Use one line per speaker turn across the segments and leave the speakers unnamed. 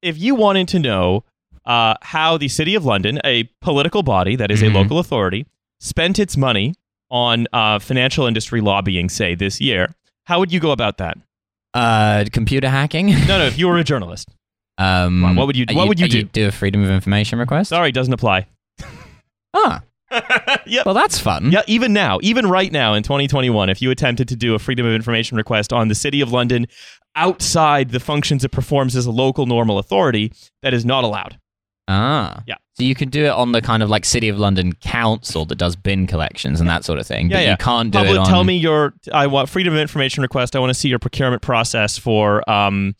if you wanted to know uh, how the City of London, a political body that is
Mhm.
a local authority, spent its money on uh, financial industry lobbying, say this year, how would you go about that?
Uh, computer hacking.
No, no. If you were a journalist,
Um,
What would you-
uh,
what would you
uh,
do?
do a freedom of information request.
sorry, doesn't apply.
Ah,
yep.
well, that's fun.
Yeah, even now, even right now in 2021, if you attempted to do a Freedom of Information request on the City of London outside the functions it performs as a local normal authority, that is not allowed.
Ah,
Yeah.
So you could do it on the kind of like City of London Council that does bin collections and that sort of thing.
Yeah,
but
yeah.
you can't do
Pablo,
it on.
tell me your I want Freedom of Information request. I want to see your procurement process for um,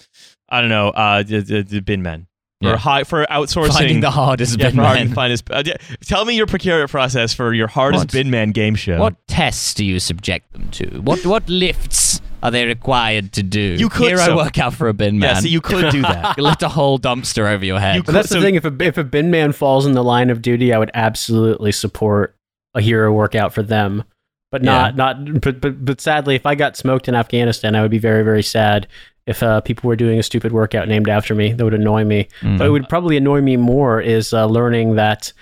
I don't know, uh, the, the, the bin men
Yeah.
or high for outsourcing.
finding the hardest
yeah,
bin
for hard and
man.
finest- uh, yeah, tell me your procurement process for your hardest
What?
bin man game show.
What tests do you subject them to? What what lifts are they required to do?
You could-
Here
so-
I work out for a bin man.
Yeah, so you could do that.
You lift a whole dumpster over your head.
You
But that's
So-
the thing. If a if a bin man falls in the line of duty, I would absolutely support a hero workout for them. But not not. But, but but sadly, if I got smoked in Afghanistan, I would be very very sad. If uh, people were doing a stupid workout named after me, that would annoy me.
Mm.
But it would probably annoy me more is uh, learning that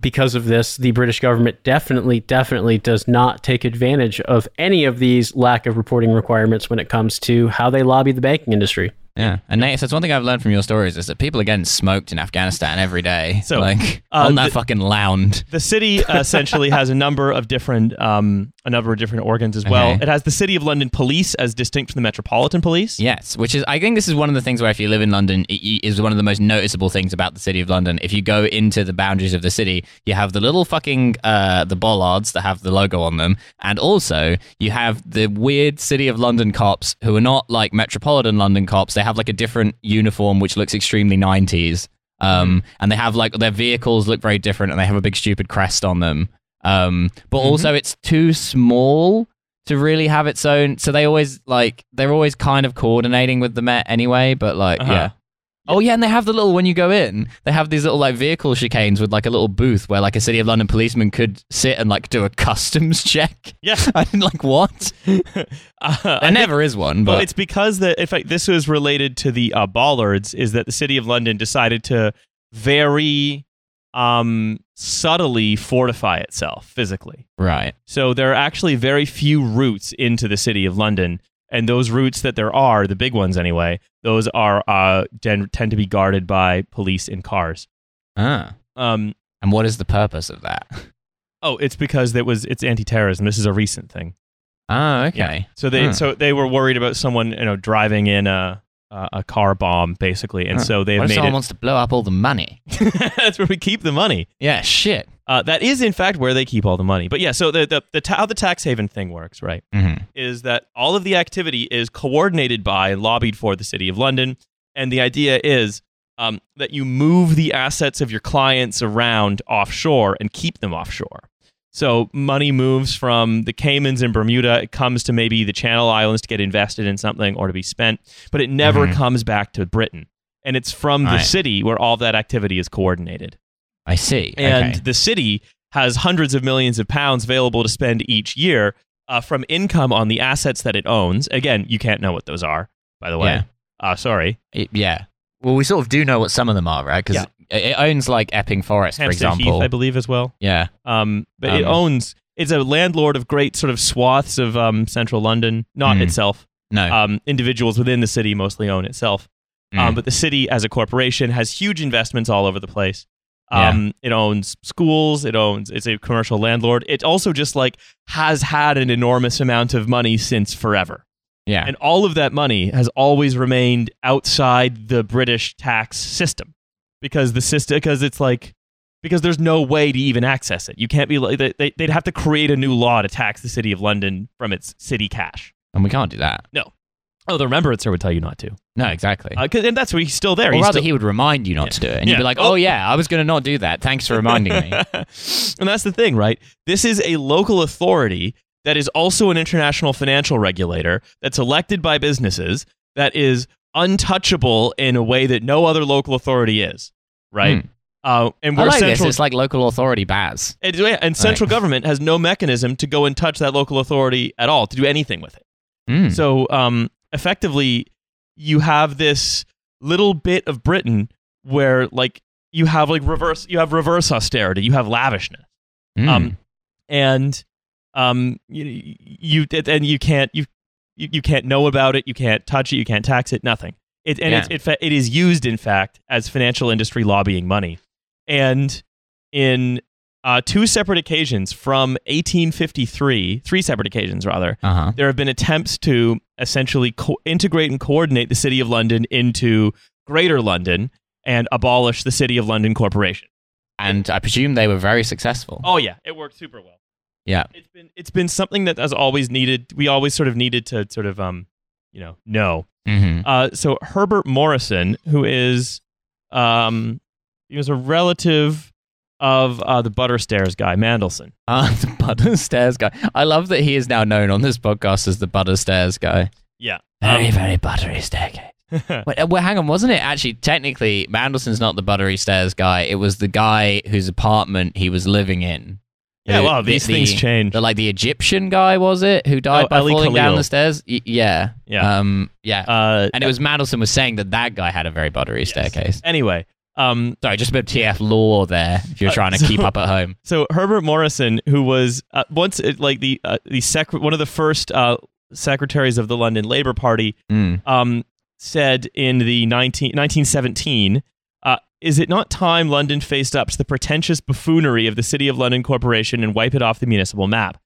because of this, the British government definitely, definitely does not take advantage of any of these lack of reporting requirements when it comes to how they lobby the banking industry.
Yeah, and Nate says one thing I've learned from your stories is that people are getting smoked in Afghanistan every day.
So,
So, like
uh,
on that
the-
fucking lound.
The city essentially has a number of different um, a number of different organs as well.
Okay.
It has the City of London Police as distinct from the Metropolitan Police.
Yes, which is I think this is one of the things where if you live in London, it it is one of the most noticeable things about the city of London. If you go into the boundaries of the city, you have the little fucking uh, the bollards that have the logo on them, and also you have the weird city of London cops who are not like metropolitan London cops. They have like a different uniform which looks extremely nineties. Um, and they have like their vehicles look very different, and they have a big stupid crest on them. Um, but
Mm-hmm.
also it's too small to really have its own. So they always like they're always kind of coordinating with the Met anyway. But like,
Uh-huh.
yeah. Oh yeah, and they have the little when you go in, they have these little like vehicle chicanes with like a little booth where like a City of London policeman could sit and like do a customs check.
Yeah.
I didn't like what. There
Uh, I think-
never is one,
well,
but
it's because that in fact this was related to the uh, bollards is that the City of London decided to very um, subtly fortify itself physically.
right.
So there are actually very few routes into the City of London. And those routes that there are, the big ones anyway, those are uh, tend, tend to be guarded by police in cars.
Ah.
Um,
And what is the purpose of that?
Oh, it's because it was it's anti-terrorism. This is a recent thing. Ah,
Oh, okay.
So they
Huh.
so they were worried about someone you know driving in a a, a car bomb basically, and
Huh.
so they've
What if
made it.
someone wants to blow up all the money?
that's where we keep the money.
Yeah, shit.
Uh, that is in fact where they keep all the money. But yeah, so the the, the ta- how the tax haven thing works, right?
Mm-hmm.
is that all of the activity is coordinated by and lobbied for the City of London. And the idea is um, that you move the assets of your clients around offshore and keep them offshore. So money moves from the Caymans and Bermuda. It comes to maybe the Channel Islands to get invested in something or to be spent, but it never
Mhm.
comes back to Britain. And it's from the
Right.
city where all that activity is coordinated.
I see.
And
okay.
the city has hundreds of millions of pounds available to spend each year uh, from income on the assets that it owns. Again, you can't know what those are, by the way.
Yeah.
Uh, sorry.
It- yeah. Well, we sort of do know what some of them are, right? Because it owns like Epping Forest, for
Hampstead
example.
Heath, I believe, as well.
yeah.
Um, but it
Um,
owns, it's a landlord of great sort of swaths of um, central London, not
Mm.
itself.
No.
Um, individuals within the city mostly own itself. Um,
Mm.
but the city, as a corporation, has huge investments all over the place. Um, It owns schools. It owns. It's a commercial landlord. It also just like has had an enormous amount of money since forever,
yeah.
and all of that money has always remained outside the British tax system, because the system because it's like because there's no way to even access it. You can't be like they, they- they'd have to create a new law to tax the city of London from its city cash.
and we can't do that.
Oh, the remembrancer would tell you not to,
No, exactly.
uh, 'cause- and that's where he's still there.
or
He's
rather,
still-
he would remind you not to do it. And
Yeah.
you'd be like,
Oh.
oh, yeah, I was going to not do that. Thanks for reminding me.
and that's the thing, right? This is a local authority that is also an international financial regulator that's elected by businesses that is untouchable in a way that no other local authority is, right? Uh, and
Hmm. I
we're
like
central.
this. It's like local authority baz.
and, yeah, and central
Right.
government has no mechanism to go and touch that local authority at all, to do anything with it.
Mm.
So um, effectively, you have this little bit of Britain where like you have like reverse you have reverse austerity, you have lavishness.
Mm.
Um, and um, you, you and you can't you you you can't know about it, you can't touch it, you can't tax it, nothing. It and
Yeah.
it's, it fa- it is used in fact as financial industry lobbying money, and in uh, two separate occasions from 1853, three separate occasions rather,
uh huh.
there have been attempts to essentially co- integrate and coordinate the City of London into Greater London and abolish the City of London Corporation.
And I presume they were very successful.
Oh yeah, it worked super well.
Yeah.
It's been it's been something that has always needed we always sort of needed to sort of um you know know.
Mm-hmm.
Uh so Herbert Morrison, who is um he was a relative of uh, the Butter Stairs guy, Mandelson.
Ah, the Butter Stairs guy. I love that he is now known on this podcast as the Butter Stairs guy.
Yeah.
Very,
Um,
very buttery staircase. Wait, uh, well, hang on. Wasn't it actually technically Mandelson's not the buttery stairs guy? It was the guy whose apartment he was living in.
yeah,
Who-
wow,
the-
these
the-
things change.
The, like the Egyptian guy was it who died
Oh,
by
Ali
falling down
Khalil.
the stairs? Y- yeah,
Yeah.
um, yeah.
Uh,
and it was Mandelson was saying that that guy had a very buttery
Yes.
staircase.
anyway, um
Sorry, just a bit of TF law there. If you're
Uh,
trying to
so-
keep up at home,
So Herbert Morrison, who was uh, once uh, like the uh, the sec- one of the first uh, secretaries of the London Labour Party,
Mm.
um, said in the 19, 1917, uh, "Is it not time London faced up to the pretentious buffoonery of the City of London Corporation and wipe it off the municipal map?"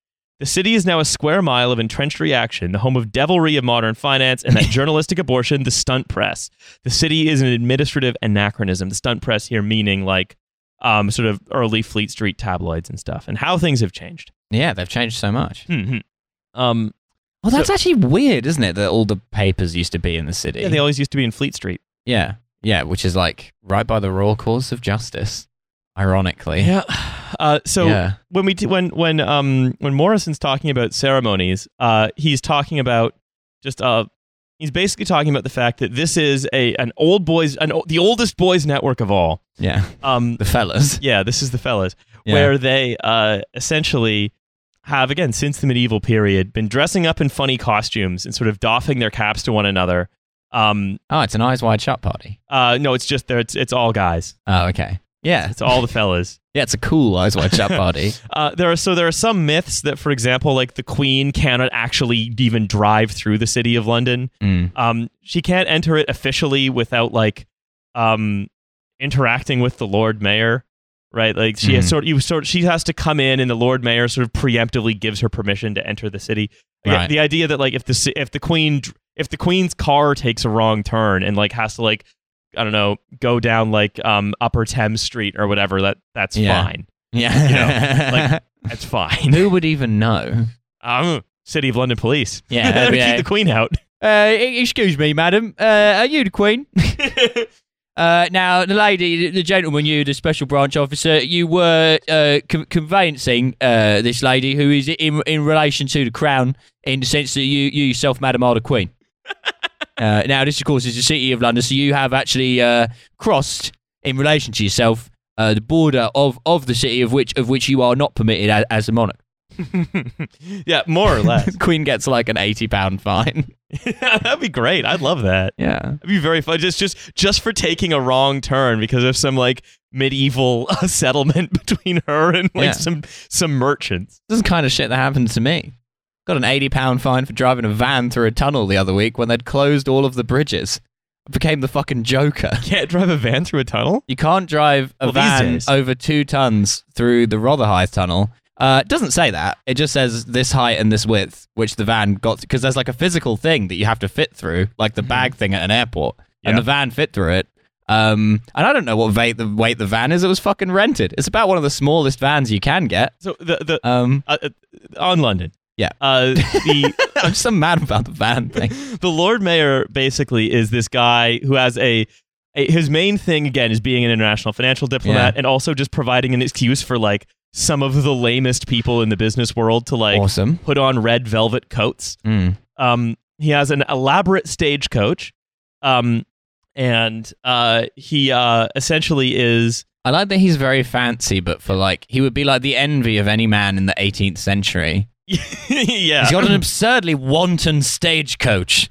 The city is now a square mile of entrenched reaction, the home of devilry of modern finance and that journalistic abortion, the stunt press. The city is an administrative anachronism. The stunt press here meaning like um, sort of early Fleet Street tabloids and stuff, and how things have changed.
yeah, they've changed so much.
Mhm. Um,
Well, that's actually weird, isn't it? That all the papers used to be in the city.
yeah, they always used to be in Fleet Street.
yeah, yeah, which is like right by the royal course of justice. Ironically,
Yeah. Uh, so
Yeah.
when we t- when when um when Morrison's talking about ceremonies, uh, he's talking about just uh he's basically talking about the fact that this is a an old boys an o- the oldest boys network of all.
yeah.
Um,
the fellas.
yeah, this is the fellas
Yeah.
where they uh essentially have again since the medieval period been dressing up in funny costumes and sort of doffing their caps to one another. Um,
Oh, it's an eyes wide shut party.
uh, no, it's just there. It's it's all guys.
Oh, okay. Yeah,
It's all the fellas.
yeah, it's a cool eyes wide shut party.
Uh, there are so there are some myths that, for example, like the Queen cannot actually even drive through the city of London.
Mm.
Um, she can't enter it officially without like um, interacting with the Lord Mayor, right? Like she has
Mhm.
sort you sort she has to come in, and the Lord Mayor sort of preemptively gives her permission to enter the city. Again,
Right.
The idea that like if the ci- if the Queen dr- if the Queen's car takes a wrong turn and like has to like I don't know go down like um, Upper Thames Street or whatever that that's
Yeah.
fine.
Yeah,
That's fine.
who would even know?
Um, City of London Police.
Yeah,
That'd
yeah.
keep the Queen out.
Uh, e- excuse me, madam. Uh, are you the queen? uh, now, the lady, the gentleman, you, the special branch officer, you were uh, con- conveyancing uh, this lady who is in in relation to the crown in the sense that you, you yourself, madam, are the queen. uh, now, this, of course, is the city of London, so you have actually uh, crossed in relation to yourself uh, the border of, of the city of which of which you are not permitted as, as a monarch.
yeah, more or less.
queen gets like an eighty pound fine.
That'd be great. I'd love that.
Yeah.
It'd be very fun. Just, just, just for taking a wrong turn because of some like medieval uh, settlement between her and like
Yeah.
some some merchants.
This is the kind of shit that happened to me. Got an eighty pound fine for driving a van through a tunnel the other week when they'd closed all of the bridges. I became the fucking Joker.
Can't drive a van through a tunnel.
You can't drive a
Well, these
van
days.
over two tons through the Rotherhithe tunnel. Uh, it doesn't say that. It just says this height and this width, which the van got because there's like a physical thing that you have to fit through, like the bag thing at an airport, and
Mm-hmm. Yeah.
the van fit through it. Um, and I don't know what weight the weight the van is. It was fucking rented. It's about one of the smallest vans you can get.
So the the
Um,
uh, uh, on London.
Yeah.
Uh, the
I'm so mad about the van thing.
the Lord Mayor basically is this guy who has a, a his main thing again is being an international financial diplomat and also just providing an excuse for like some of the lamest people in the business world to like
awesome. Hmm.
put on red velvet coats. Um, he has an elaborate stagecoach, um, and uh, he uh, essentially is
I like that he's very fancy, but for like, he would be like the envy of any man in the 18th century.
yeah
He's got an absurdly wanton stagecoach.